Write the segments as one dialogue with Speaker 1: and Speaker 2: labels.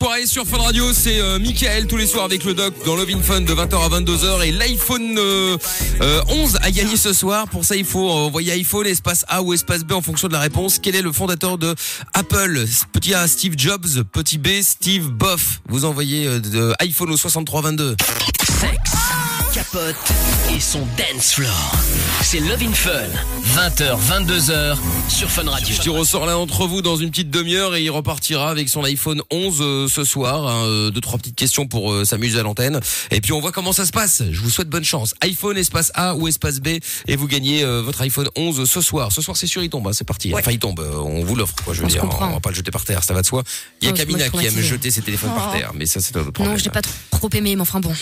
Speaker 1: Marais sur Fun Radio, c'est euh, Michael tous les soirs avec le doc dans Love in Fun de 20h à 22h et l'iPhone euh, euh, 11 à gagner ce soir. Pour ça, il faut euh, envoyer iPhone, espace A ou espace B en fonction de la réponse. Quel est le fondateur de Apple Petit A, Steve Jobs. Petit B, Steve Boff. Vous envoyez euh, de iPhone au 6322.
Speaker 2: Sex, capote et son dance floor. C'est Love in Fun, 20h, 22h sur Fun Radio.
Speaker 1: Tu ressors l'un d'entre vous dans une petite demi-heure et il repartira avec son iPhone 11 euh, ce soir. hein, euh, deux, trois petites questions pour euh, s'amuser à l'antenne. Et puis on voit comment ça se passe. Je vous souhaite bonne chance. iPhone, espace A ou espace B et vous gagnez euh, votre iPhone 11 ce soir. Ce soir c'est sûr il tombe, hein, c'est parti. Enfin il tombe, euh, on vous l'offre. Quoi, je veux
Speaker 3: On se
Speaker 1: dire, on,
Speaker 3: comprend.
Speaker 1: va pas le jeter par terre, ça va de soi. Il y a
Speaker 3: Oh, moi,
Speaker 1: Camina
Speaker 3: je
Speaker 1: qui aime
Speaker 3: traumatisée.
Speaker 1: jeter ses téléphones par
Speaker 3: Oh.
Speaker 1: terre, mais ça c'est un autre problème.
Speaker 3: Non, je l'ai pas trop, trop aimé, mais enfin bon.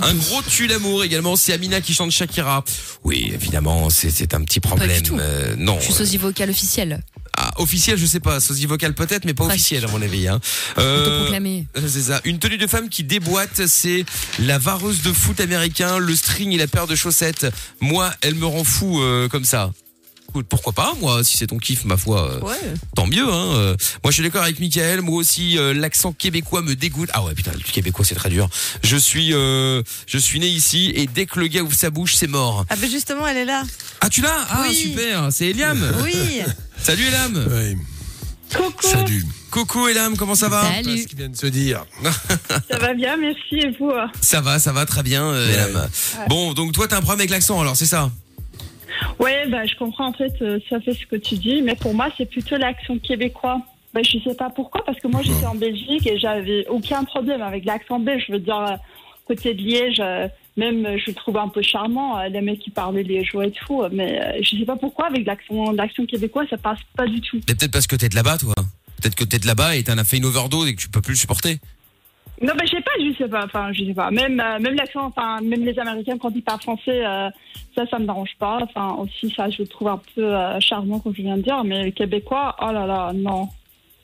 Speaker 1: Un gros tue l'amour également, c'est Amina qui chante Shakira. Oui, évidemment, c'est, c'est un petit problème.
Speaker 3: tout.
Speaker 1: euh, non.
Speaker 3: Je suis sosie vocale officielle.
Speaker 1: Ah, officiel, je sais pas. Sosie vocale peut-être, mais pas
Speaker 3: Presque.
Speaker 1: officiel à mon avis. Hein. Euh,
Speaker 3: Autoproclamé.
Speaker 1: euh, C'est ça. Une tenue de femme qui déboîte, c'est la vareuse de foot américain, le string et la paire de chaussettes. Moi, elle me rend fou euh, comme ça. Écoute, Pourquoi pas, moi, si c'est ton kiff, ma foi, euh, tant mieux. Hein, euh. Moi, je suis d'accord avec Michael, moi aussi, euh, l'accent québécois me dégoûte. Ah ouais, putain, le québécois, c'est très dur. Je suis, euh, je suis né ici, et dès que le gars ouvre sa bouche, c'est mort.
Speaker 4: Ah ben justement, elle est là.
Speaker 1: Ah, tu l'as Ah,
Speaker 4: Oui.
Speaker 1: super, c'est Eliam
Speaker 4: Oui.
Speaker 1: Salut Eliam
Speaker 5: Ouais.
Speaker 6: Coucou,
Speaker 5: Salut.
Speaker 1: Coucou Elam, comment ça va
Speaker 3: Salut.
Speaker 5: Ce qu'ils viennent de se dire.
Speaker 6: ça va bien, merci et vous euh
Speaker 1: Ça va, ça va, très bien euh,
Speaker 5: Ouais.
Speaker 1: Elam. Bon, donc toi t'as un problème avec l'accent alors, c'est ça
Speaker 6: Ouais, bah, je comprends en fait, euh, ça fait ce que tu dis, mais pour moi, c'est plutôt l'accent québécois. Bah, je sais pas pourquoi, parce que moi, j'étais en Belgique et j'avais aucun problème avec l'accent belge. Je veux dire, euh, côté de Liège, euh, même euh, je le trouvais un peu charmant, euh, les mecs qui parlaient liégeois et tout, euh, mais euh, je sais pas pourquoi, avec l'accent l'accent québécois, ça passe pas du tout.
Speaker 1: Mais peut-être parce que t'es de là-bas toi Peut-être que t'es de là-bas et t'en as fait une overdose et que tu peux plus le supporter
Speaker 6: Non, bah, je sais pas, je sais pas, enfin, je sais pas. Même, euh, même l'accent, enfin, même les Américains, quand ils parlent français, euh, ça, ça me dérange pas. Enfin, aussi, ça, je le trouve un peu euh, charmant, comme je viens de dire, mais les Québécois, oh là là, non.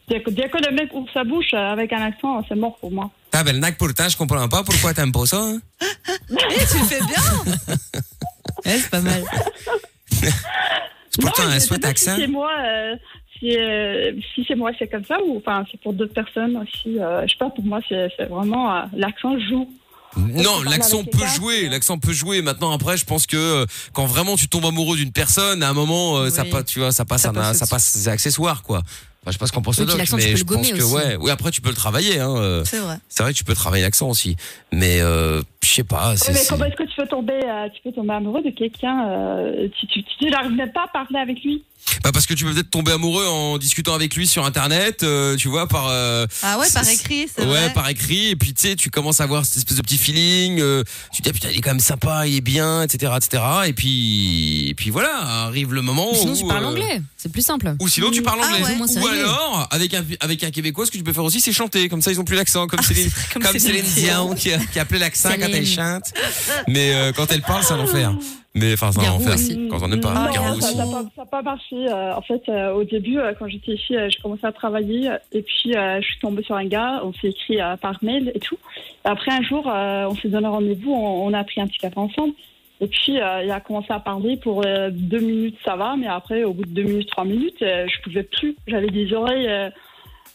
Speaker 6: Dès que, dès que le mec ouvre sa bouche euh, avec un accent, c'est mort pour moi.
Speaker 1: Ah ben le pourtant je comprends pas pourquoi t'aimes pas ça hein.
Speaker 4: Eh, tu le fais bien. Eh, c'est pas mal.
Speaker 1: C'est pourtant
Speaker 6: Non, je
Speaker 1: un
Speaker 6: sais
Speaker 1: souhait
Speaker 6: pas
Speaker 1: accent
Speaker 6: Si c'est moi, euh, si, euh, si c'est moi, c'est comme ça, ou enfin, c'est pour d'autres personnes aussi. euh, je sais pas, pour moi, c'est c'est vraiment euh, l'accent joue.
Speaker 1: Non,
Speaker 6: parle
Speaker 1: l'accent
Speaker 6: avec
Speaker 1: peut
Speaker 6: les gars,
Speaker 1: jouer,
Speaker 6: euh.
Speaker 1: l'accent peut jouer. Maintenant, après, je pense que euh, quand vraiment tu tombes amoureux d'une personne, à un moment, euh, ça
Speaker 4: Oui.
Speaker 1: passe, tu vois, ça passe,
Speaker 4: Ça
Speaker 1: un-
Speaker 4: passe
Speaker 1: ça
Speaker 4: au-dessus.
Speaker 1: passe, c'est accessoire, quoi. Enfin, je sais pas ce qu'on pense
Speaker 3: Oui,
Speaker 1: le
Speaker 3: puis
Speaker 1: doc,
Speaker 3: l'accent, tu
Speaker 1: mais
Speaker 3: peux
Speaker 1: je
Speaker 3: le gommer
Speaker 1: pense que
Speaker 3: aussi.
Speaker 1: ouais. Oui, après, tu peux le travailler. Hein, euh.
Speaker 4: C'est vrai.
Speaker 1: C'est vrai que tu peux travailler l'accent aussi, mais euh, je sais pas.
Speaker 6: Ouais,
Speaker 1: c'est-
Speaker 6: mais
Speaker 1: c'est-
Speaker 6: comment est-ce que tu peux tomber, euh, tu peux tomber amoureux de quelqu'un euh, si tu, tu, tu n'arrives même pas à parler avec lui
Speaker 1: Bah parce que tu peux peut-être tomber amoureux en discutant avec lui sur internet, euh, tu vois, par euh,
Speaker 4: Ah ouais, par
Speaker 1: C'est-
Speaker 4: écrit, c'est
Speaker 1: ouais,
Speaker 4: vrai.
Speaker 1: par écrit, et puis tu sais, tu commences à avoir cette espèce de petit feeling, euh, tu te dis ah, putain il est quand même sympa, il est bien, etc., etc. Et puis, et puis voilà, arrive le moment
Speaker 3: Ou Sinon,
Speaker 1: où
Speaker 3: tu parles
Speaker 1: euh,
Speaker 3: anglais. C'est plus simple.
Speaker 1: Ou sinon tu parles
Speaker 4: Ah
Speaker 1: anglais.
Speaker 4: ouais,
Speaker 3: moi, ça
Speaker 1: ou
Speaker 3: y est.
Speaker 1: alors avec un avec un québécois, ce que tu peux faire aussi, c'est chanter. Comme ça ils ont plus l'accent,
Speaker 4: Ah,
Speaker 3: Ah,
Speaker 1: comme Céline, comme, Céline Dion qui, a- qui appelait l'accent quand
Speaker 3: Céline.
Speaker 1: elle chante. Mais euh, quand elle parle, c'est un enfer. Mais enfin, c'est un
Speaker 3: Garou
Speaker 1: enfer
Speaker 3: aussi.
Speaker 1: quand on aime
Speaker 6: Non,
Speaker 3: Oh,
Speaker 1: pas. Garou
Speaker 6: ça
Speaker 1: aussi.
Speaker 6: n'a pas, ça a pas marché. Euh, en fait, euh, au début, euh, quand j'étais ici, euh, je commençais à travailler euh, et puis euh, je suis tombée sur un gars. On s'est écrit euh, par mail et tout. Après un jour, euh, on s'est donné rendez-vous. On, on a pris un petit café ensemble. Et puis, euh, il a commencé à parler pour euh, deux minutes, ça va. Mais après, au bout de deux minutes, trois minutes, euh, je pouvais plus. J'avais des oreilles. euh,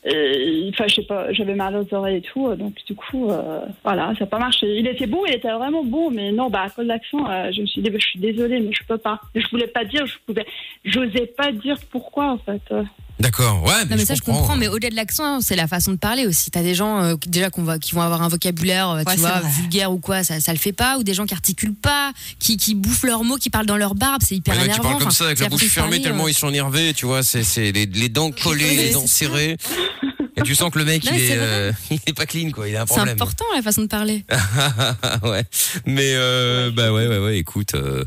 Speaker 6: et- Enfin, je sais pas, j'avais mal aux oreilles et tout, euh, donc du coup, euh, voilà, ça n'a pas marché. Il était beau, il était vraiment beau, mais non, bah, à cause de l'accent, euh, je me suis dit, bah, je suis désolée, mais je peux pas. Je voulais pas dire, je pouvais, j'osais pas dire pourquoi, en fait. euh.
Speaker 1: D'accord. Ouais, mais,
Speaker 3: Non, mais
Speaker 1: je
Speaker 3: ça, je
Speaker 1: comprends.
Speaker 3: comprends, mais au-delà de l'accent, hein, c'est la façon de parler aussi. T'as des gens, euh, qui- déjà, qu'on va, qui vont avoir un vocabulaire, euh,
Speaker 4: Ouais,
Speaker 3: tu
Speaker 4: c'est
Speaker 3: vois,
Speaker 4: vrai.
Speaker 3: vulgaire ou quoi, ça, ça le fait pas, ou des gens qui articulent pas, qui, qui bouffent leurs mots, qui parlent dans leur barbe, c'est hyper
Speaker 1: Il y en a qui
Speaker 3: énervant.
Speaker 1: parlent comme
Speaker 3: Enfin,
Speaker 1: ça avec
Speaker 3: c'est
Speaker 1: la bouche
Speaker 3: façon de
Speaker 1: fermée
Speaker 3: parler,
Speaker 1: tellement
Speaker 3: euh,
Speaker 1: ils sont énervés, tu vois, c'est c'est les, les dents collées, les dents serrées. Et tu sens que le mec
Speaker 3: Non,
Speaker 1: il,
Speaker 3: mais
Speaker 1: est,
Speaker 3: c'est vrai.
Speaker 1: euh, il est pas clean quoi, il a un
Speaker 3: C'est
Speaker 1: problème.
Speaker 3: important la façon de parler.
Speaker 1: ouais. Mais euh, bah ouais ouais ouais, écoute euh,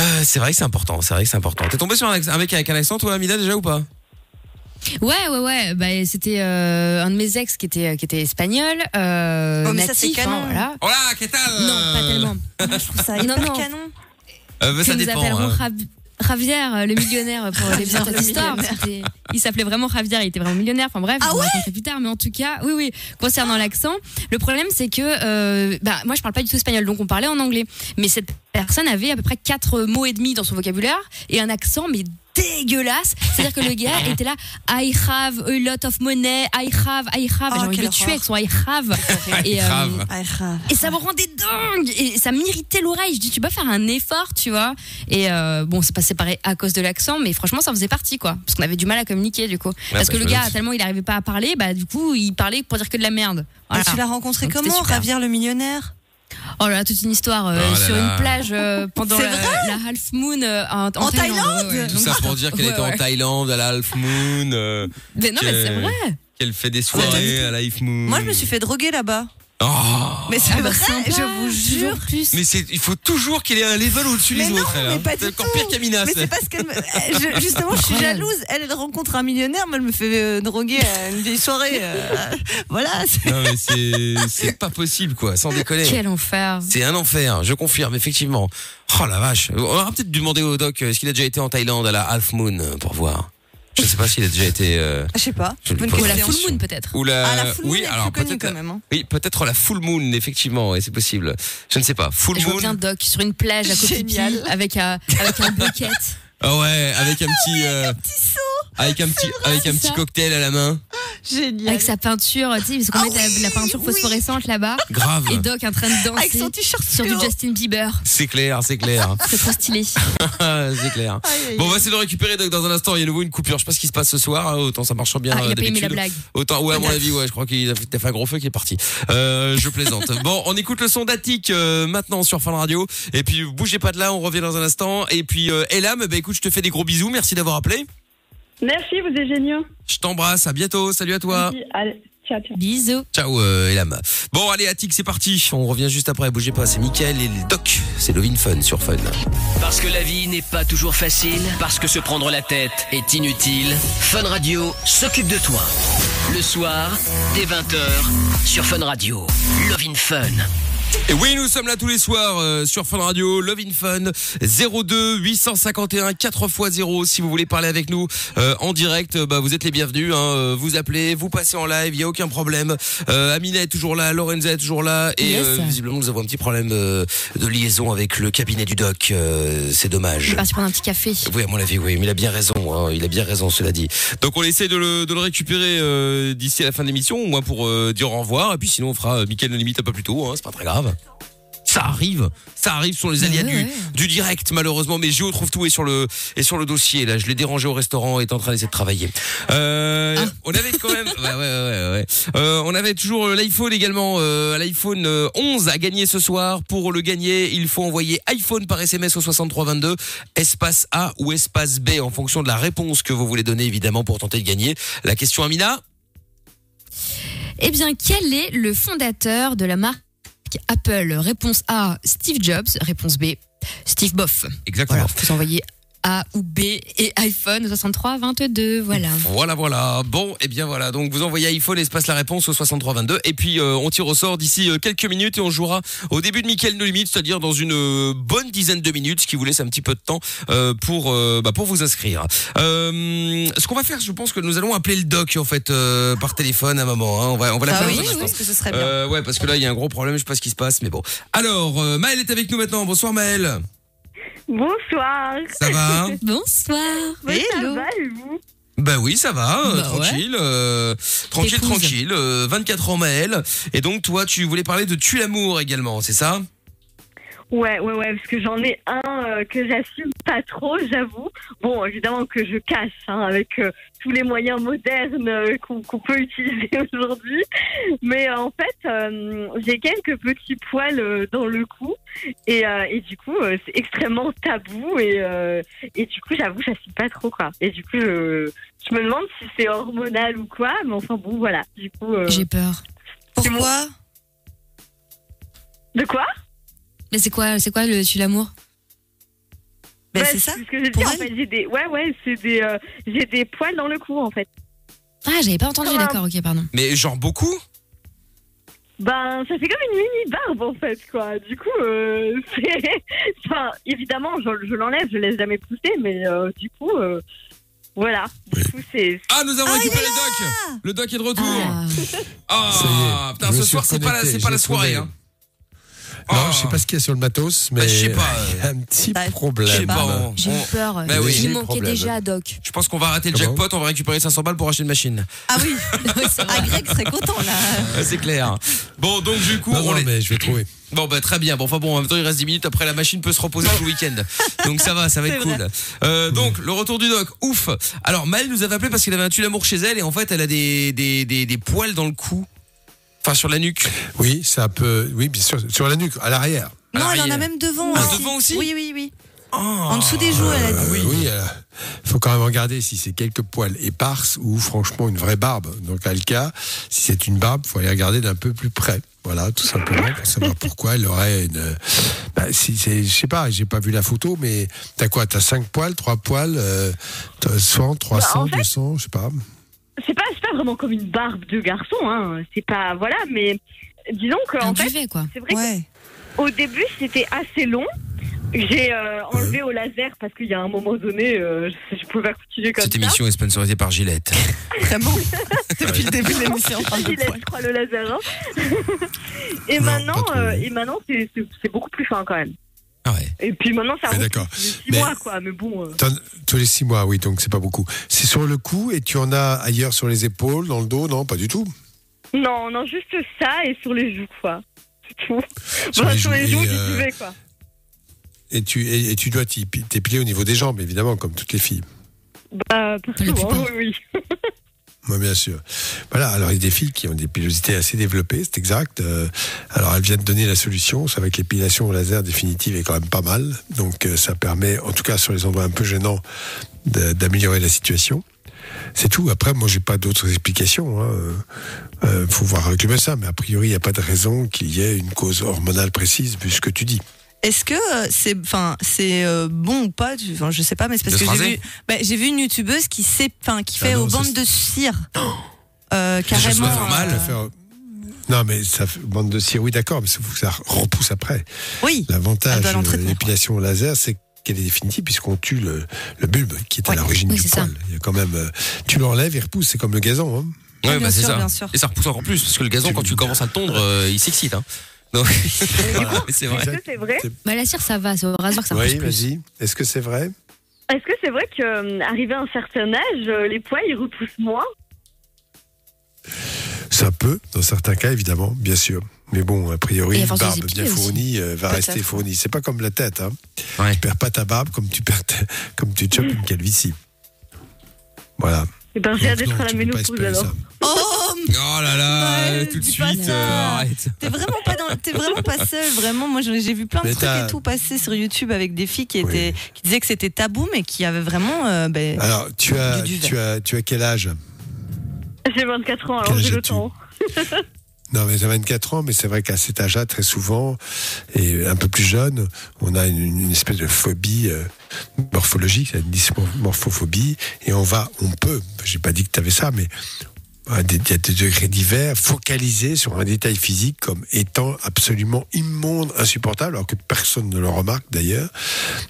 Speaker 1: euh, c'est vrai que c'est important, c'est vrai que c'est important. T'es tombé sur un, acc- un mec avec un accent toi Amida déjà ou pas
Speaker 3: Ouais, ouais, ouais. Bah, c'était euh, un de mes ex qui était, qui était espagnol, euh,
Speaker 4: Oh, mais ça,
Speaker 3: natif,
Speaker 4: c'est canon.
Speaker 3: hein, voilà.
Speaker 1: Hola, qu'est-ce que
Speaker 3: Non, pas tellement.
Speaker 4: Ah, Je trouve ça
Speaker 3: Non,
Speaker 4: hyper
Speaker 3: non.
Speaker 4: canon.
Speaker 1: Euh, bah,
Speaker 3: que
Speaker 1: ça
Speaker 3: nous
Speaker 1: dépend.
Speaker 3: appellerons
Speaker 1: hein.
Speaker 3: Rav- Javier, euh, le millionnaire, pour les
Speaker 4: Javier,
Speaker 3: cette
Speaker 4: le
Speaker 3: histoire. parce que c'était- Il s'appelait vraiment Javier, il était vraiment millionnaire. Enfin bref,
Speaker 4: Ah
Speaker 3: je vous raconterai plus tard. Mais en tout cas, oui, oui, concernant l'accent, le problème c'est que euh, bah, moi je parle pas du tout espagnol, donc on parlait en anglais. Mais cette personne avait à peu près quatre mots et demi dans son vocabulaire et un accent, mais dégueulasse. C'est-à-dire que le gars était là, I have a lot of money, I have, I have.
Speaker 4: Oh,
Speaker 3: J'ai envie de
Speaker 4: quelle
Speaker 3: le tuer avec son I have. euh,
Speaker 1: I have.
Speaker 4: Ah, grave.
Speaker 3: Et ça me rendait dingue Et ça m'irritait l'oreille. Je dis, tu peux faire un effort, tu vois Et euh, bon, c'est pas séparé à cause de l'accent, mais franchement, ça en faisait partie, quoi. Parce qu'on avait du mal à communiquer, du coup. Parce
Speaker 1: bah,
Speaker 3: que
Speaker 1: je me
Speaker 3: le gars,
Speaker 1: doute.
Speaker 3: tellement il n'arrivait pas à parler, bah du coup, il parlait pour dire que de la merde. Voilà.
Speaker 4: Et tu l'as rencontré
Speaker 3: Donc,
Speaker 4: comment
Speaker 3: c'était super.
Speaker 4: Ravir le millionnaire
Speaker 3: Oh là, là, toute une histoire euh,
Speaker 1: Oh là
Speaker 3: sur
Speaker 1: là.
Speaker 3: une plage euh, pendant
Speaker 4: C'est
Speaker 3: la,
Speaker 4: vrai
Speaker 3: la Half Moon euh, en, en
Speaker 4: En
Speaker 3: Thaïlande.
Speaker 4: Thaïlande
Speaker 3: ouais, ouais.
Speaker 1: Tout ça pour dire qu'elle
Speaker 3: Ouais,
Speaker 1: était en
Speaker 3: ouais.
Speaker 1: Thaïlande à la Half Moon, euh,
Speaker 3: Mais non, mais c'est
Speaker 1: que-
Speaker 3: vrai.
Speaker 1: qu'elle fait des
Speaker 4: mais t'as
Speaker 1: soirées à la Half Moon.
Speaker 4: Moi, je me suis fait droguer là-bas.
Speaker 1: Oh.
Speaker 4: Mais c'est
Speaker 3: Ah bah,
Speaker 4: vrai,
Speaker 3: sympa,
Speaker 4: je vous jure.
Speaker 3: toujours plus.
Speaker 1: Mais c'est, il faut toujours qu'il ait un level au-dessus
Speaker 4: Mais
Speaker 1: des
Speaker 4: non,
Speaker 1: autres. elle,
Speaker 4: mais
Speaker 1: hein.
Speaker 4: pas
Speaker 1: c'est
Speaker 4: du
Speaker 1: encore
Speaker 4: tout.
Speaker 1: pire qu'Amina.
Speaker 4: Mais
Speaker 1: ça.
Speaker 4: c'est parce qu'elle me... euh, je- Justement, je suis
Speaker 3: Incroyable.
Speaker 4: jalouse. Elle, elle rencontre un millionnaire, mais elle me fait euh, droguer à une vieille soirée. euh, voilà. c'est-
Speaker 1: Non, mais c'est, c'est pas possible, quoi, sans déconner.
Speaker 3: Quel enfer.
Speaker 1: C'est un enfer, je confirme, effectivement. Oh la vache. On aura peut-être dû demander au doc euh, est-ce qu'il a déjà été en Thaïlande à la Half Moon euh, pour voir. Je sais pas s'il a déjà été. euh,
Speaker 4: Je sais pas.
Speaker 1: Je lui
Speaker 4: Bonne
Speaker 1: pose
Speaker 3: Ou la
Speaker 4: question.
Speaker 3: full moon peut-être.
Speaker 1: ou la.
Speaker 4: Ah, la full moon
Speaker 1: oui,
Speaker 4: est
Speaker 1: alors
Speaker 4: plus connue
Speaker 1: peut-être.
Speaker 4: quand même. hein.
Speaker 1: Oui, peut-être la full moon, effectivement, et c'est possible. Je ne sais pas. Full
Speaker 3: Je vois
Speaker 1: moon.
Speaker 3: bien Doc sur une plage à côté
Speaker 4: Génial.
Speaker 3: avec, un- avec un bucket.
Speaker 1: Ah ouais, avec un petit. euh, avec un petit, avec un
Speaker 3: c'est
Speaker 1: petit
Speaker 3: ça.
Speaker 1: cocktail à la main.
Speaker 4: Génial.
Speaker 3: avec sa peinture, tu sais, parce qu'on
Speaker 4: Ah
Speaker 3: met de la- de la
Speaker 4: oui,
Speaker 3: peinture
Speaker 4: oui.
Speaker 3: phosphorescente là-bas.
Speaker 1: Grave.
Speaker 3: Et Doc en train de danser
Speaker 4: Avec son t-shirt
Speaker 3: sur du
Speaker 4: fluo.
Speaker 3: Justin Bieber.
Speaker 1: C'est clair, c'est clair.
Speaker 3: C'est trop stylé.
Speaker 1: c'est clair.
Speaker 4: Aïe, aïe,
Speaker 1: Bon, bah, on
Speaker 4: aïe.
Speaker 1: va essayer de récupérer Doc dans un instant. Il y a de nouveau une coupure. Je sais pas ce qui se passe ce soir. hein, Autant ça marche bien.
Speaker 3: Ah, il
Speaker 1: euh,
Speaker 3: a pas aimé la
Speaker 1: d'habitude.
Speaker 3: blague.
Speaker 1: Autant, ouais, à mon
Speaker 3: Peut-être.
Speaker 1: avis, ouais, je crois qu'il a fait, t'as fait un gros feu qui est parti. Euh, je plaisante. bon, on écoute le son d'Attic euh, maintenant sur Fan Radio. Et puis, bougez pas de là, on revient dans un instant. Et puis, euh, Elam, bah, écoute, je te fais des gros bisous. Merci d'avoir appelé.
Speaker 6: Merci, vous êtes géniaux.
Speaker 1: Je t'embrasse. À bientôt. Salut à toi.
Speaker 6: Merci. Allez, ciao, ciao.
Speaker 3: Bisous.
Speaker 1: Ciao, euh, Elam. Bon, allez, Attic, c'est parti. On revient juste après. Bougez pas. C'est Mickaël et le Doc. C'est Lovin Fun sur Fun.
Speaker 2: Parce que la vie n'est pas toujours facile, parce que se prendre la tête est inutile, Fun Radio s'occupe de toi. Le soir, dès 20h, sur Fun Radio. Love in Fun.
Speaker 1: Et oui, nous sommes là tous les soirs euh, sur Fun Radio, Love in Fun, 02 851 4x0. Si vous voulez parler avec nous euh, en direct, euh, bah, vous êtes les bienvenus. hein. Euh, vous appelez, vous passez en live, il n'y a aucun problème. Euh, Amina est toujours là, Lorenza est toujours là. Et
Speaker 3: Yes.
Speaker 1: euh, visiblement, nous avons un petit problème euh, de liaison avec le cabinet du doc. Euh, C'est
Speaker 3: On est
Speaker 1: dommage.
Speaker 3: parti prendre un petit café.
Speaker 1: Oui, à mon avis, oui, mais il a bien raison, hein, il a bien raison, cela dit. Donc on essaie de le, de le récupérer euh, d'ici à la fin de l'émission, au moins pour euh, dire au revoir, et puis sinon on fera euh, Mickaël No Limite un peu plus tôt, hein, c'est pas très grave. Ça arrive, ça arrive sur les
Speaker 3: Ouais,
Speaker 1: aliens
Speaker 3: ouais.
Speaker 1: du, du direct malheureusement, mais Géo trouve tout et sur le et sur le dossier. Là, je l'ai dérangé au restaurant et est en train d'essayer de travailler. Euh,
Speaker 3: Ah.
Speaker 1: On avait quand même, ouais, ouais, ouais, ouais, ouais. Euh, on avait toujours euh, l'iPhone également. Euh, L'iPhone euh, 11 à gagner ce soir. Pour le gagner, il faut envoyer iPhone par SMS au 6322, espace A ou espace B en fonction de la réponse que vous voulez donner évidemment pour tenter de gagner. La question Amina.
Speaker 3: Eh bien, quel est le fondateur de la marque Apple Réponse A, Steve Jobs. Réponse B, Steve Boff.
Speaker 1: Exactement.
Speaker 3: Voilà, vous envoyez A ou B et iPhone 63 22. Voilà.
Speaker 1: Voilà, voilà. Bon, et bien voilà. Donc vous envoyez iPhone, espace la réponse au 6322. Et puis euh, on tire au sort d'ici euh, quelques minutes et on jouera au début de Mickaël No Limite, c'est-à-dire dans une euh, bonne dizaine de minutes, ce qui vous laisse un petit peu de temps euh, pour euh, bah, pour vous inscrire. Euh, ce qu'on va faire, je pense que nous allons appeler le doc en fait euh, par téléphone à un moment. hein. On va on va
Speaker 4: Ah
Speaker 1: l'appeler.
Speaker 4: oui,
Speaker 1: dans un
Speaker 4: je
Speaker 1: instant.
Speaker 4: pense que ce serait bien.
Speaker 1: Euh, ouais, parce que là il y a un gros problème, je sais pas ce qui se passe, mais bon. Alors euh, Maël est avec nous maintenant. Bonsoir Maël.
Speaker 5: Bonsoir.
Speaker 1: Ça va
Speaker 3: Bonsoir.
Speaker 5: Oui, ça
Speaker 3: Hello.
Speaker 5: va, et vous
Speaker 1: Bah oui, ça va, euh,
Speaker 3: Bah
Speaker 1: tranquille, euh, tranquille,
Speaker 3: T'épouses.
Speaker 1: tranquille. euh, 24 ans Maël. Et donc toi, tu voulais parler de tue l'amour également, c'est ça
Speaker 5: Ouais, ouais, ouais, parce que j'en ai un euh, que j'assume pas trop, j'avoue. Bon, évidemment que je cache, hein, avec euh, tous les moyens modernes euh, qu'on qu'on peut utiliser aujourd'hui. Mais euh, en fait, euh, j'ai quelques petits poils euh, dans le cou. Et, euh, et du coup, euh, c'est extrêmement tabou. Et, euh, et du coup, j'avoue, j'assume pas trop, quoi. Et du coup, je, je me demande si c'est hormonal ou quoi. Mais enfin, bon, voilà. Du coup, euh,
Speaker 3: J'ai peur.
Speaker 4: Pourquoi
Speaker 5: de quoi
Speaker 3: Mais c'est quoi, c'est quoi le tu l'amour
Speaker 4: Ben,
Speaker 5: Ouais,
Speaker 4: C'est ça.
Speaker 5: Bah, ce que j'ai dit.
Speaker 4: pour
Speaker 5: En
Speaker 4: elle.
Speaker 5: fait, j'ai des, ouais, ouais, c'est des, euh, j'ai des poils dans le cou, en fait.
Speaker 3: Ah, j'avais pas entendu.
Speaker 5: Comme un-
Speaker 3: D'accord, ok, pardon.
Speaker 1: Mais genre beaucoup
Speaker 5: Ben, ça fait comme une mini barbe, en fait, quoi. Du coup, euh, c'est, enfin, évidemment, je, je l'enlève, je laisse jamais pousser, mais euh, du coup, euh, voilà. Du coup, c'est,
Speaker 1: Ah, nous avons
Speaker 4: Ah,
Speaker 1: récupéré
Speaker 4: il est
Speaker 1: le doc Le doc est de retour
Speaker 3: Ah.
Speaker 1: Ah,
Speaker 7: Ça y est,
Speaker 1: putain,
Speaker 7: je
Speaker 1: ce
Speaker 7: suis
Speaker 1: soir, c'est pas la,
Speaker 7: reconnecté,
Speaker 1: c'est pas la
Speaker 7: j'ai
Speaker 1: soirée.
Speaker 7: trouvé.
Speaker 1: Hein.
Speaker 7: Non, je sais pas ce qu'il y a sur le matos, mais
Speaker 1: Bah, je sais pas,
Speaker 7: il y a un petit
Speaker 4: Bah, je sais
Speaker 7: problème.
Speaker 1: Je sais pas. on-
Speaker 3: J'ai eu
Speaker 1: on-
Speaker 3: peur.
Speaker 1: Bah oui.
Speaker 3: Il
Speaker 7: J'ai eu
Speaker 3: manquait
Speaker 7: problème.
Speaker 3: déjà à Doc.
Speaker 1: je pense qu'on va rater le
Speaker 7: Comment
Speaker 1: jackpot. On va récupérer 500 balles pour acheter une machine.
Speaker 4: Ah oui, ah, Greg serait content là.
Speaker 1: Ah, C'est clair. Bon, donc du coup,
Speaker 7: Non,
Speaker 1: on
Speaker 7: non,
Speaker 1: les-
Speaker 7: mais je vais trouver.
Speaker 1: Bon bah très bien. Bon enfin bon en même temps il reste 10 minutes après la machine peut se reposer tout le week-end. Donc ça va, ça va être cool. Euh, donc le retour du doc, ouf. Alors Maëlle nous avait appelé parce qu'elle avait un tue d'amour chez elle et en fait elle a des des, des des poils dans le cou. Enfin sur la nuque.
Speaker 7: Oui, ça peut. Oui, bien sûr. Sur la nuque, à l'arrière.
Speaker 1: À
Speaker 4: Non, elle en
Speaker 1: l'arrière.
Speaker 4: a même devant. hein.
Speaker 1: Ah, devant aussi
Speaker 4: Oui, oui, oui.
Speaker 1: Oh.
Speaker 4: En dessous des joues, elle a dit.
Speaker 7: Euh, oui, il faut quand même regarder si c'est quelques poils éparses ou franchement une vraie barbe. Donc, à le cas, si c'est une barbe, faut aller regarder d'un peu plus près. Voilà, tout simplement pour savoir pourquoi elle aurait une. Bah, si c'est, je sais pas, j'ai pas vu la photo, mais t'as quoi T'as 5 poils, 3 poils, euh, t'as 100, 300,
Speaker 1: Bah,
Speaker 6: en fait-
Speaker 7: 200, je sais pas.
Speaker 6: C'est pas, c'est pas vraiment comme une barbe de garçon, hein. C'est pas, voilà, mais disons que,
Speaker 3: Un
Speaker 6: en fait,
Speaker 3: duvet, quoi.
Speaker 6: c'est vrai
Speaker 4: Ouais.
Speaker 6: qu'au début, c'était assez long. J'ai euh, enlevé au laser parce qu'il y a un moment donné, euh, je, je pouvais pas continuer comme
Speaker 1: Cette
Speaker 6: ça.
Speaker 1: émission est sponsorisée par Gillette.
Speaker 4: Vraiment Depuis le début de l'émission.
Speaker 6: Ah, il a, je crois, le laser. hein. et,
Speaker 7: Non,
Speaker 6: maintenant,
Speaker 7: pas trop.
Speaker 6: euh, et maintenant, c'est c'est- c'est beaucoup plus fin quand même.
Speaker 1: Ah ouais.
Speaker 6: Et puis maintenant, ça
Speaker 7: Mais
Speaker 6: reste
Speaker 7: d'accord.
Speaker 6: 6
Speaker 7: Mais-
Speaker 6: mois, quoi. Mais bon, euh,
Speaker 7: T'en- Tous les 6 mois, oui, donc c'est pas beaucoup. C'est sur le cou et tu en as ailleurs sur les épaules, dans le dos Non, pas du tout.
Speaker 6: non, non, juste ça et sur les joues, quoi. C'est tout.
Speaker 7: Sur
Speaker 6: Bon,
Speaker 7: les
Speaker 6: sur les
Speaker 7: joues
Speaker 6: joues,
Speaker 7: et,
Speaker 6: si
Speaker 7: euh,
Speaker 6: tu veux, quoi.
Speaker 7: Et tu, et, et tu dois t'y- t'épiler au niveau des jambes, évidemment, comme toutes les filles.
Speaker 6: Bah, partout,
Speaker 3: Le pupin.
Speaker 6: hein, oui, oui.
Speaker 7: Moi, bien sûr. Voilà, alors il y a des filles qui ont des pilosités assez développées, c'est exact. Euh, alors elles viennent donner la solution. C'est avec l'épilation au laser définitive est quand même pas mal. Donc euh, ça permet, en tout cas sur les endroits un peu gênants, de- d'améliorer la situation. C'est tout. Après, moi, j'ai pas d'autres explications. Hein. Euh, faut voir avec le médecin, mais a priori, il n'y a pas de raison qu'il y ait une cause hormonale précise, vu ce que tu dis.
Speaker 4: Est-ce que euh, c'est enfin c'est euh, bon ou pas tu- enfin, Je sais pas, mais c'est parce
Speaker 1: De
Speaker 4: que
Speaker 1: se
Speaker 4: j'ai
Speaker 1: raser
Speaker 4: vu, bah, j'ai vu une youtubeuse qui, sait, enfin, qui
Speaker 7: Ah
Speaker 4: fait
Speaker 7: non,
Speaker 4: aux
Speaker 7: ça,
Speaker 4: bandes
Speaker 7: c'est-
Speaker 4: de cire. Euh,
Speaker 1: choses
Speaker 4: carrément.
Speaker 1: pas normales.
Speaker 4: euh,
Speaker 7: Ça fait, euh, Non, mais ça fait- bande de cire, oui, d'accord, mais il faut que ça repousse après.
Speaker 4: Oui. Elle
Speaker 3: Ah,
Speaker 7: L'avantage
Speaker 4: doit
Speaker 7: de
Speaker 4: l'entretenir.
Speaker 7: l'épilation au laser, c'est qu'elle est définitive puisqu'on tue le, le bulbe qui est à
Speaker 4: Ouais.
Speaker 7: l'origine
Speaker 3: Oui,
Speaker 7: du
Speaker 3: c'est ça.
Speaker 7: poil. Il y a quand même, euh, tu l'enlèves, il repousse, c'est comme le gazon. hein.
Speaker 1: Ouais,
Speaker 4: Ah, bien
Speaker 1: bah, c'est
Speaker 4: sûr,
Speaker 1: ça.
Speaker 4: bien sûr.
Speaker 1: Et ça repousse encore plus parce que le gazon
Speaker 7: Tu-
Speaker 1: quand tu commences à le tondre, euh, il s'excite hein. Donc voilà, c'est vrai.
Speaker 6: Est-ce que c'est vrai,
Speaker 3: Bah, la cire, ça va. C'est au rasoir que ça marche
Speaker 7: Oui,
Speaker 3: plus.
Speaker 7: vas-y. Est-ce que c'est vrai
Speaker 6: est-ce que c'est vrai que, euh, arrivé à un certain âge, euh, les poils, ils repoussent moins
Speaker 7: Ça peut, dans certains cas, évidemment, bien sûr. Mais bon, a
Speaker 3: Et
Speaker 7: priori,
Speaker 3: à
Speaker 7: une
Speaker 3: force de
Speaker 7: barbe
Speaker 3: s'épiler
Speaker 7: bien
Speaker 3: aussi.
Speaker 7: fournie euh, va
Speaker 4: Peut-être.
Speaker 7: rester fournie. C'est pas comme la tête. Hein.
Speaker 1: Ouais.
Speaker 7: Tu perds pas ta barbe comme tu perds, ta- comme tu chopes une calvitie. Voilà.
Speaker 6: Eh ben, j'ai hâte
Speaker 7: Donc,
Speaker 6: d'être
Speaker 7: non,
Speaker 6: à la
Speaker 7: tu peux pas
Speaker 6: ménopause
Speaker 7: espérer
Speaker 6: alors.
Speaker 7: ça.
Speaker 4: Oh,
Speaker 1: Oh là là,
Speaker 4: Ouais,
Speaker 1: tout de
Speaker 4: dis pas
Speaker 1: suite,
Speaker 4: ça.
Speaker 1: euh, arrête.
Speaker 4: T'es vraiment pas dans- t'es vraiment pas seul, vraiment. Moi, j'ai j'ai vu plein de
Speaker 7: Mais
Speaker 4: trucs
Speaker 7: t'as-
Speaker 4: et tout passer sur YouTube avec des filles qui
Speaker 7: Oui.
Speaker 4: étaient, qui disaient que c'était tabou, mais qui avaient vraiment. euh, ben,
Speaker 7: Alors, tu as,
Speaker 4: Du duvet.
Speaker 7: tu as, tu as quel âge
Speaker 6: J'ai 24 ans, alors
Speaker 7: Quel
Speaker 6: j'ai
Speaker 7: âge
Speaker 6: le
Speaker 7: as-tu
Speaker 6: temps.
Speaker 7: Non, mais j'ai 24 ans, mais c'est vrai qu'à cet âge-là, très souvent, et un peu plus jeune, on a une, une espèce de phobie euh, morphologique, une dysmorphophobie, et on va, on peut, j'ai pas dit que tu avais ça, mais à des, il y a des degrés divers, focaliser sur un détail physique comme étant absolument immonde, insupportable, alors que personne ne le remarque d'ailleurs,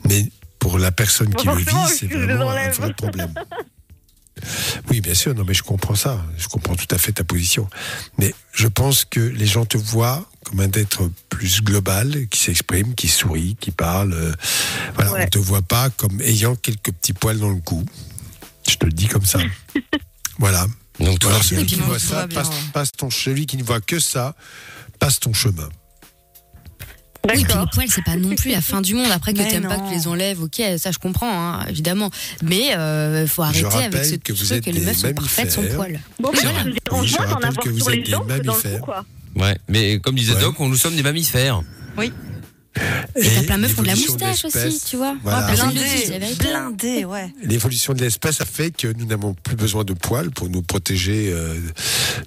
Speaker 7: mais pour la personne
Speaker 6: Bon,
Speaker 7: qui le
Speaker 6: forcément,
Speaker 7: vit, c'est
Speaker 6: je le
Speaker 7: vraiment un
Speaker 6: enlève.
Speaker 7: vrai problème. Oui, bien sûr, non, mais je comprends ça. Je comprends tout à fait ta position. Mais je pense que les gens te voient comme un être plus global, qui s'exprime, qui sourit, qui parle. euh, Voilà,
Speaker 6: Ouais.
Speaker 7: on te voit pas comme ayant quelques petits poils dans le cou. Je te le dis comme ça. voilà.
Speaker 1: Donc tout
Speaker 7: Voilà,
Speaker 1: va
Speaker 7: celui
Speaker 4: bien.
Speaker 7: qui
Speaker 4: Tout va
Speaker 7: voit ça,
Speaker 4: bien,
Speaker 7: passe,
Speaker 4: ouais.
Speaker 7: passe ton celui qui ne voit que ça, passe ton chemin.
Speaker 3: Oui, puis
Speaker 6: D'accord.
Speaker 3: les poils, c'est pas non plus la fin du monde. Après que
Speaker 4: Mais
Speaker 3: t'aimes pas
Speaker 4: non.
Speaker 3: que tu les enlèves, ok, ça je comprends, hein, évidemment. Mais euh, faut
Speaker 7: Je
Speaker 3: arrêter avec
Speaker 7: rappelle
Speaker 3: ce
Speaker 7: que vous
Speaker 3: truc
Speaker 7: êtes
Speaker 3: que les
Speaker 7: des
Speaker 3: meufs sont parfaites sans
Speaker 7: mammifères.
Speaker 3: poils.
Speaker 6: Bon,
Speaker 3: Mais
Speaker 6: ça
Speaker 3: voilà.
Speaker 6: me dérange
Speaker 7: Oui, je
Speaker 6: moins d'en
Speaker 7: rappelle
Speaker 6: avoir
Speaker 7: que vous
Speaker 6: sur
Speaker 7: êtes
Speaker 6: les
Speaker 7: des
Speaker 6: jambes que dans le cou,
Speaker 7: mammifères.
Speaker 6: quoi.
Speaker 1: Ouais, mais comme disait
Speaker 7: Ouais.
Speaker 1: Doc, on nous sommes des mammifères.
Speaker 3: Et t'as plein de meufs qui ont de la
Speaker 7: l'évolution
Speaker 3: moustache
Speaker 7: l'espèce-
Speaker 3: aussi, tu vois.
Speaker 7: Voilà.
Speaker 3: Ah, bah,
Speaker 7: Blindé,
Speaker 3: je le dis, c'est la vérité.
Speaker 4: Oh, blindé, ouais.
Speaker 7: L'évolution de l'espèce a fait que nous n'avons plus besoin de poils pour nous protéger euh,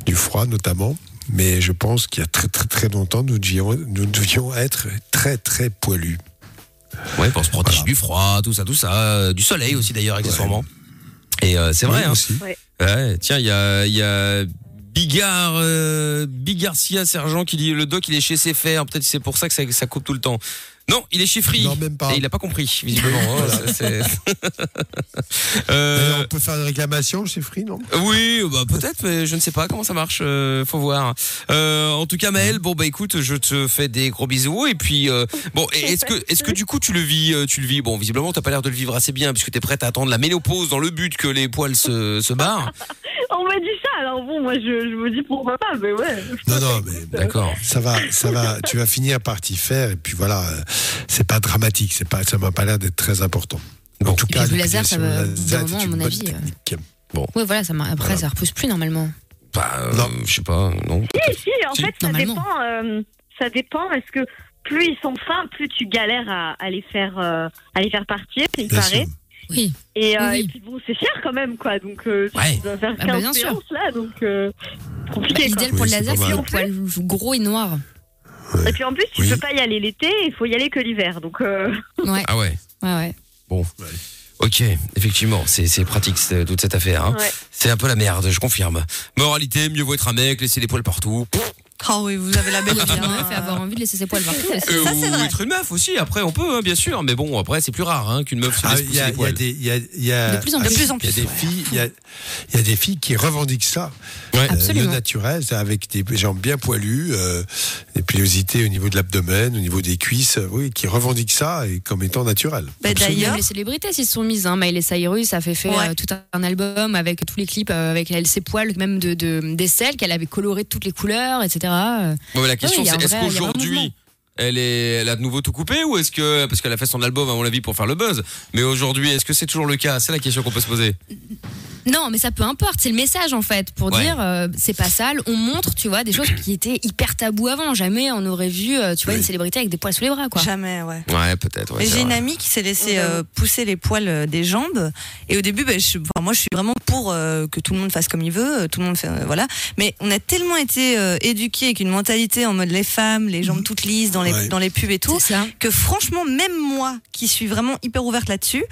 Speaker 7: du froid notamment. Mais je pense qu'il y a très très très longtemps, nous devions, nous devions être très très poilus.
Speaker 1: Ouais, pour se protéger
Speaker 7: Voilà.
Speaker 1: du froid, tout ça, tout ça, euh, du soleil aussi d'ailleurs accessoirement. Et euh, c'est vrai.
Speaker 7: Oui,
Speaker 1: hein.
Speaker 7: aussi.
Speaker 1: Ouais, tiens, il y a, il y a Bigard, euh, Bigarcia Sergent qui dit le doc il est chez ses fers. Peut-être que c'est pour ça que ça, ça coupe tout le temps. Non, il est chez Free.
Speaker 7: Non, même pas.
Speaker 1: Et il a pas compris, visiblement. hein, ça, c'est-
Speaker 7: D'ailleurs,
Speaker 1: Euh,
Speaker 7: on peut faire une réclamation chez Free, non
Speaker 1: Oui, bah peut-être, mais je ne sais pas comment ça marche. euh, faut voir. Euh, en tout cas, Maël, bon bah écoute, je te fais des gros bisous et puis euh, bon, et est-ce que est-ce que du coup tu le vis, euh, tu le vis Bon, visiblement, t'as pas l'air de le vivre assez bien puisque t'es prête à attendre la ménopause dans le but que les poils se se barrent.
Speaker 5: On m'a dit ça, alors bon, moi je, je me dis pourquoi pas, mais ouais.
Speaker 7: Non, non, mais
Speaker 1: D'accord.
Speaker 7: ça va, ça va. Tu vas finir par t'y faire, et puis voilà. euh, C'est pas dramatique, c'est pas, ça m'a pas l'air d'être très important.
Speaker 1: Bon.
Speaker 7: En tout
Speaker 3: Et
Speaker 7: cas,
Speaker 3: puis le laser, ça va-
Speaker 7: l'épilation
Speaker 3: au bout d'un moment,
Speaker 7: laser, c'est
Speaker 3: à
Speaker 7: une
Speaker 3: mon
Speaker 7: bonne
Speaker 3: avis, euh,
Speaker 7: technique.
Speaker 3: Ouais, voilà, ça m'a- après,
Speaker 7: Voilà.
Speaker 3: ça repousse plus normalement.
Speaker 1: Bah, euh,
Speaker 7: Non.
Speaker 1: je sais pas, non.
Speaker 5: Et si, en
Speaker 1: Si,
Speaker 5: fait, ça
Speaker 3: normalement.
Speaker 5: dépend. euh, ça dépend parce que plus ils sont fins, plus tu galères à, à les faire euh, à les faire partir, il
Speaker 7: Bien
Speaker 5: paraît.
Speaker 7: sûr.
Speaker 3: Oui.
Speaker 5: Et, euh,
Speaker 3: Oui.
Speaker 5: et puis bon, c'est cher quand même, quoi. Donc euh, tu
Speaker 1: Ouais.
Speaker 5: dois faire
Speaker 3: Ah bah,
Speaker 5: 15
Speaker 3: bien sûr.
Speaker 5: séances, là, donc euh,
Speaker 3: Bah,
Speaker 5: compliqué. quoi.
Speaker 3: L'idéal pour le
Speaker 7: Oui, c'est
Speaker 3: laser,
Speaker 7: pas
Speaker 3: c'est
Speaker 7: mal.
Speaker 3: le poil gros et noir.
Speaker 5: Et puis en plus, tu
Speaker 7: Oui.
Speaker 5: peux pas y aller l'été, il faut y aller que l'hiver. Donc euh,
Speaker 3: Ouais,
Speaker 1: Ah ouais.
Speaker 3: ouais, ouais.
Speaker 1: Ok, effectivement, c'est c'est pratique c'est- toute cette affaire. hein.
Speaker 5: Ouais.
Speaker 1: C'est un peu la merde, je confirme. Moralité, mieux vaut être un mec, laisser les poils partout.
Speaker 4: Oh oui, vous avez la belle vie.
Speaker 3: Être
Speaker 4: hein.
Speaker 3: un meuf et avoir envie de laisser ses poils partout. aussi.
Speaker 1: Euh,
Speaker 4: Ça, c'est
Speaker 1: ou
Speaker 4: vrai.
Speaker 1: être une meuf aussi, après on peut, hein, bien sûr, mais bon, après c'est plus rare hein, qu'une meuf se
Speaker 7: Ah,
Speaker 1: laisse
Speaker 7: Il
Speaker 1: pousser
Speaker 7: y a,
Speaker 1: les
Speaker 7: il y a
Speaker 1: poils.
Speaker 7: des, il y a, il y a-
Speaker 3: De plus en
Speaker 7: ah,
Speaker 3: plus.
Speaker 7: si,
Speaker 3: De plus en
Speaker 7: Il y a des filles, il y a, il y a des filles qui revendiquent ça.
Speaker 1: Ouais.
Speaker 7: Euh, le
Speaker 3: Absolument.
Speaker 7: naturel, c'est avec des jambes bien poilues, euh, des pilosités au niveau de l'abdomen, au niveau des cuisses, euh, oui, qui revendiquent ça et comme étant naturel.
Speaker 4: Bah, D'ailleurs,
Speaker 3: Même les célébrités s'y sont mises. Hein. Miley Cyrus a fait, fait
Speaker 4: Ouais.
Speaker 3: euh, tout un album avec tous les clips, euh, avec elle, ses poils, même de, de, des selles qu'elle avait colorées de toutes les couleurs, etc. Euh,
Speaker 1: Ouais, mais la question
Speaker 3: il y a un
Speaker 1: c'est est-ce
Speaker 3: vrai- il y a un mouvement.
Speaker 1: qu'aujourd'hui elle, est, elle a de nouveau tout coupé ou est-ce que parce qu'elle a fait son album à mon avis pour faire le buzz mais aujourd'hui est-ce que c'est toujours le cas c'est la question qu'on peut se poser
Speaker 3: Non, mais ça peu importe. C'est le message, en fait, pour
Speaker 1: Ouais.
Speaker 3: dire euh, c'est pas sale. On montre, tu vois, des choses qui étaient hyper taboues avant. Jamais on aurait vu, euh, tu vois,
Speaker 7: Oui.
Speaker 3: une célébrité avec des poils sous les bras, quoi.
Speaker 4: jamais, ouais.
Speaker 1: ouais peut-être ouais,
Speaker 4: Mais
Speaker 1: c'est
Speaker 4: j'ai une
Speaker 1: vrai.
Speaker 4: amie qui s'est laissée euh, pousser les poils euh, des jambes. Et au début, ben, je- enfin, moi, je suis vraiment pour euh, que tout le monde fasse comme il veut. euh, Tout le monde fait, euh, voilà. Mais on a tellement été euh, éduqués avec une mentalité en mode les femmes, les jambes toutes lisses dans les,
Speaker 7: Mhm. Ouais.
Speaker 4: dans les pubs et tout,
Speaker 3: C'est ça.
Speaker 4: que franchement, même moi, qui suis vraiment hyper ouverte là-dessus,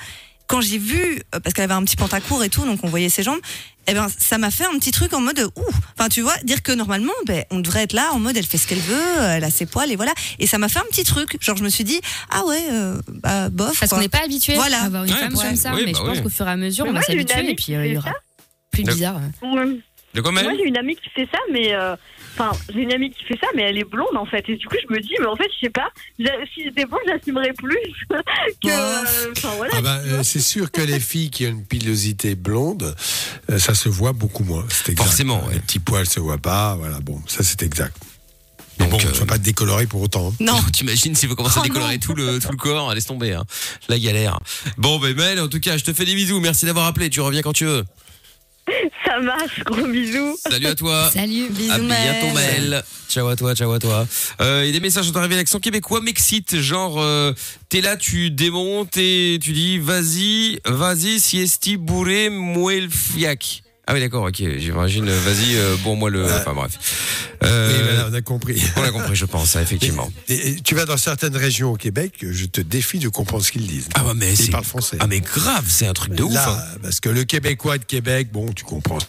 Speaker 4: quand j'ai vu, euh, parce qu'elle avait un petit pantacourt et tout, donc on voyait ses jambes, eh ben, ça m'a fait un petit truc en mode, euh, ouh, enfin, tu vois, dire que normalement, ben, on devrait être là en mode, elle fait ce qu'elle veut, euh, elle a ses poils et voilà. Et ça m'a fait un petit truc. Genre, je me suis dit, ah ouais, euh, bah, bof.
Speaker 3: Parce
Speaker 4: quoi.
Speaker 3: qu'on n'est pas habitué
Speaker 4: Voilà.
Speaker 3: à avoir une
Speaker 1: Ouais,
Speaker 3: femme
Speaker 1: ouais.
Speaker 3: comme ça.
Speaker 1: Oui,
Speaker 3: mais
Speaker 1: bah
Speaker 3: je pense
Speaker 1: oui.
Speaker 3: qu'au fur et à mesure,
Speaker 5: Mais
Speaker 3: on va
Speaker 5: moi, j'ai une
Speaker 3: s'habituer
Speaker 5: amie
Speaker 3: et
Speaker 5: qui
Speaker 3: puis euh, il y
Speaker 5: fait
Speaker 3: aura
Speaker 5: ça.
Speaker 3: plus
Speaker 1: Le-
Speaker 3: bizarre.
Speaker 5: ouais.
Speaker 1: de quand même
Speaker 5: Moi, j'ai une amie qui fait ça, mais. euh, Enfin, j'ai une amie qui fait ça, mais elle est blonde en fait. Et du coup, je me dis, mais en fait, je sais pas, j'a- si j'étais blonde, j'assumerais plus que. euh, Enfin, voilà.
Speaker 7: Ah ben, euh, c'est sûr que les filles qui ont une pilosité blonde, euh, ça se voit beaucoup moins. C'est exact. Euh,
Speaker 1: Forcément, ouais.
Speaker 7: Les petits poils se voient pas. Voilà, bon, ça c'est exact. Mais
Speaker 1: Donc,
Speaker 7: bon,
Speaker 1: euh,
Speaker 7: faut pas te décolorer pour autant. hein.
Speaker 1: Ah,
Speaker 4: Non.
Speaker 1: T'imagines s'il faut commencer à
Speaker 4: Oh
Speaker 1: décolorer tout le, tout le corps, laisse tomber, hein. la galère. Bon, ben Mel, en tout cas, je te fais des bisous, merci d'avoir appelé, tu reviens quand tu veux.
Speaker 5: Ça marche, gros bisous.
Speaker 1: Salut à toi.
Speaker 3: Salut, bisous.
Speaker 1: À
Speaker 4: Maël.
Speaker 1: bientôt Maël. Ciao à toi, ciao à toi. Euh, Il y a des messages qui sont arrivés à l'accent québécois m'excite. Genre, euh, t'es là, tu démontes et tu dis vas-y, vas-y, siesti bourré, moi le fiac. Ah oui, d'accord, ok, j'imagine, euh, vas-y, euh, bon, moi le. Enfin bref.
Speaker 7: Oui,
Speaker 1: Euh,
Speaker 7: voilà, on a compris.
Speaker 1: on a compris, je pense, hein, effectivement.
Speaker 7: Et- et tu vas dans certaines régions au Québec, je te défie de comprendre ce qu'ils disent.
Speaker 1: Ah bah, mais
Speaker 7: Ils
Speaker 1: c'est.
Speaker 7: parlent français.
Speaker 1: Ah mais grave, c'est un truc de ouf. hein.
Speaker 7: là, parce que le Québécois de Québec, bon, tu comprends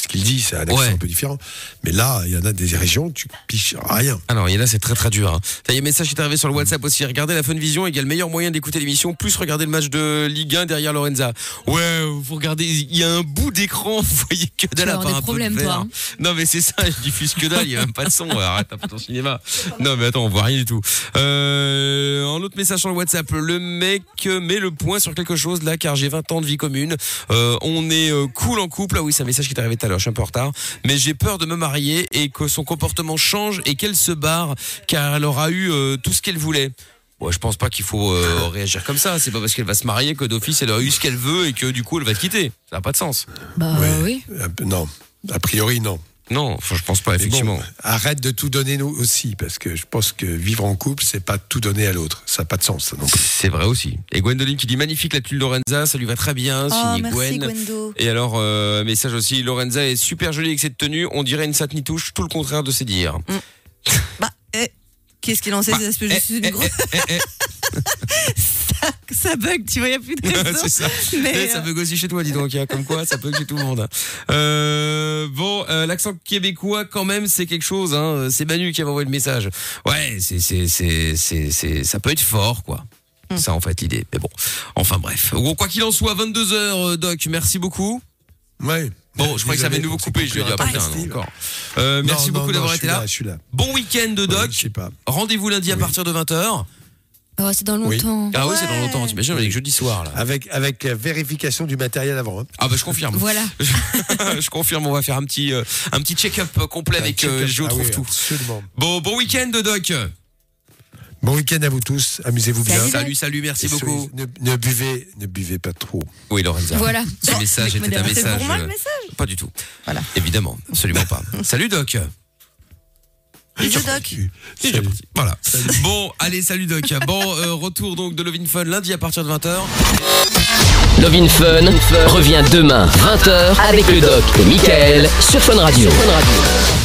Speaker 7: ce qu'il dit, c'est un accent
Speaker 1: Ouais.
Speaker 7: un peu différent. Mais là, il y en a des régions, tu piches rien.
Speaker 1: Alors, il y en a, c'est très très dur. hein. Tiens, Il y a un message qui est arrivé sur le WhatsApp aussi. Regardez la Funvision il y a le meilleur moyen d'écouter l'émission, plus regarder le match de Ligue 1 derrière Lorenza. Ouais, vous regardez, il y a un bout d'écran, vous voyez que dalle à
Speaker 3: avoir
Speaker 1: part
Speaker 3: des
Speaker 1: un peu de
Speaker 3: problèmes,
Speaker 1: vert.
Speaker 3: toi, hein.
Speaker 1: Non, mais c'est ça, je diffuse que dalle, il y a même pas de son. Arrête un peu ton cinéma. Non, mais attends, on voit rien du tout. Euh, un autre message sur le WhatsApp. Le mec met le point sur quelque chose là, car j'ai 20 ans de vie commune. Euh, on est euh, cool en couple. Ah oui, c'est un message qui est arrivé tout à l'heure, je suis un peu en retard. Mais j'ai peur de me marier et que son comportement change et qu'elle se barre, car elle aura eu euh, tout ce qu'elle voulait. Ouais, je pense pas qu'il faut euh, réagir comme ça. C'est pas parce qu'elle va se marier que d'office elle a eu ce qu'elle veut et que du coup elle va te quitter. Ça n'a pas de sens.
Speaker 3: Bah
Speaker 7: Ouais.
Speaker 3: oui.
Speaker 7: Un peu- Non. A priori, non.
Speaker 1: Non, enfin, je pense pas,
Speaker 7: Mais bon,
Speaker 1: effectivement.
Speaker 7: arrête de tout donner nous aussi, parce que je pense que vivre en couple, c'est pas tout donner à l'autre. Ça n'a pas de sens, ça non plus.
Speaker 1: C'est vrai aussi. Et Gwendoline qui dit magnifique la tulle Lorenza, ça lui va très bien,
Speaker 4: Oh,
Speaker 1: signé
Speaker 4: merci,
Speaker 1: Gwen.
Speaker 4: Gwendo.
Speaker 1: Et alors, euh, message aussi, Lorenza est super jolie avec cette tenue, on dirait une satni touche, tout le contraire de ses dires.
Speaker 4: Bah, eh, qu'est-ce qu'il en sait
Speaker 1: Bah,
Speaker 4: ces aspects
Speaker 1: eh,
Speaker 4: Je suis
Speaker 1: eh,
Speaker 4: une grosse
Speaker 1: eh, eh, eh.
Speaker 4: ça bug, tu vois, il n'y a plus de réseau.
Speaker 1: c'est ça.
Speaker 4: Mais,
Speaker 1: Eh, ça
Speaker 4: euh,
Speaker 1: bug aussi chez toi, dis donc. hein. Comme quoi, ça bug chez tout le monde. Euh, bon, euh, l'accent québécois, quand même, c'est quelque chose. Hein. C'est Manu qui avait envoyé le message. Ouais, c'est, c'est, c'est, c'est, c'est- ça peut être fort, quoi.
Speaker 4: Hmm.
Speaker 1: C'est Ça, en fait, l'idée. Mais bon, enfin bref. Bon, quoi qu'il en soit, 22h, Doc, merci beaucoup.
Speaker 7: Ouais.
Speaker 1: Bon, je crois que ça va nous couper, je vais dire.
Speaker 7: Désolé
Speaker 1: Ah,
Speaker 7: pour ces
Speaker 1: putain,
Speaker 7: coupures
Speaker 1: encore. Euh, merci
Speaker 7: Non, non,
Speaker 1: beaucoup
Speaker 7: non,
Speaker 1: d'avoir
Speaker 7: je
Speaker 1: été
Speaker 7: suis
Speaker 1: là.
Speaker 7: Je suis là.
Speaker 1: Bon week-end,
Speaker 7: Ouais,
Speaker 1: Doc.
Speaker 7: Je sais pas.
Speaker 1: Rendez-vous lundi à
Speaker 7: Oui.
Speaker 1: partir de 20h.
Speaker 3: Oh, c'est dans
Speaker 7: Oui.
Speaker 3: longtemps.
Speaker 1: Ah oui, c'est dans longtemps, t'imagines, avec jeudi soir, là.
Speaker 7: Avec, avec euh, vérification du matériel avant. hein.
Speaker 1: Ah bah je confirme.
Speaker 3: Voilà.
Speaker 1: je confirme, on va faire un petit, euh, un petit check-up complet
Speaker 7: Un
Speaker 1: avec
Speaker 7: check-up.
Speaker 1: euh, Géo
Speaker 7: Ah
Speaker 1: Trouve
Speaker 7: oui,
Speaker 1: Tout.
Speaker 7: Absolument.
Speaker 1: Bon, bon week-end, Doc.
Speaker 7: Bon week-end à vous tous. Amusez-vous bien.
Speaker 3: Salut, Doc.
Speaker 1: Salut, salut, merci
Speaker 7: Et
Speaker 1: beaucoup.
Speaker 7: soyez- Ne, ne buvez, ne buvez pas trop.
Speaker 1: Oui, Lorenza.
Speaker 3: Voilà.
Speaker 1: Ce message était un
Speaker 4: C'est
Speaker 1: message.
Speaker 4: pour moi le
Speaker 1: euh,
Speaker 4: message.
Speaker 1: Pas du tout. Voilà. Évidemment, absolument pas. Salut, Doc.
Speaker 4: Bisous, Doc.
Speaker 1: C'est déjà parti. Voilà. Bon, allez, salut, Doc. Bon, euh, retour donc de Lovin Fun lundi à partir de 20h.
Speaker 2: Love in Fun revient demain 20h avec le doc et Michael sur Fun Radio. Sur Fun Radio.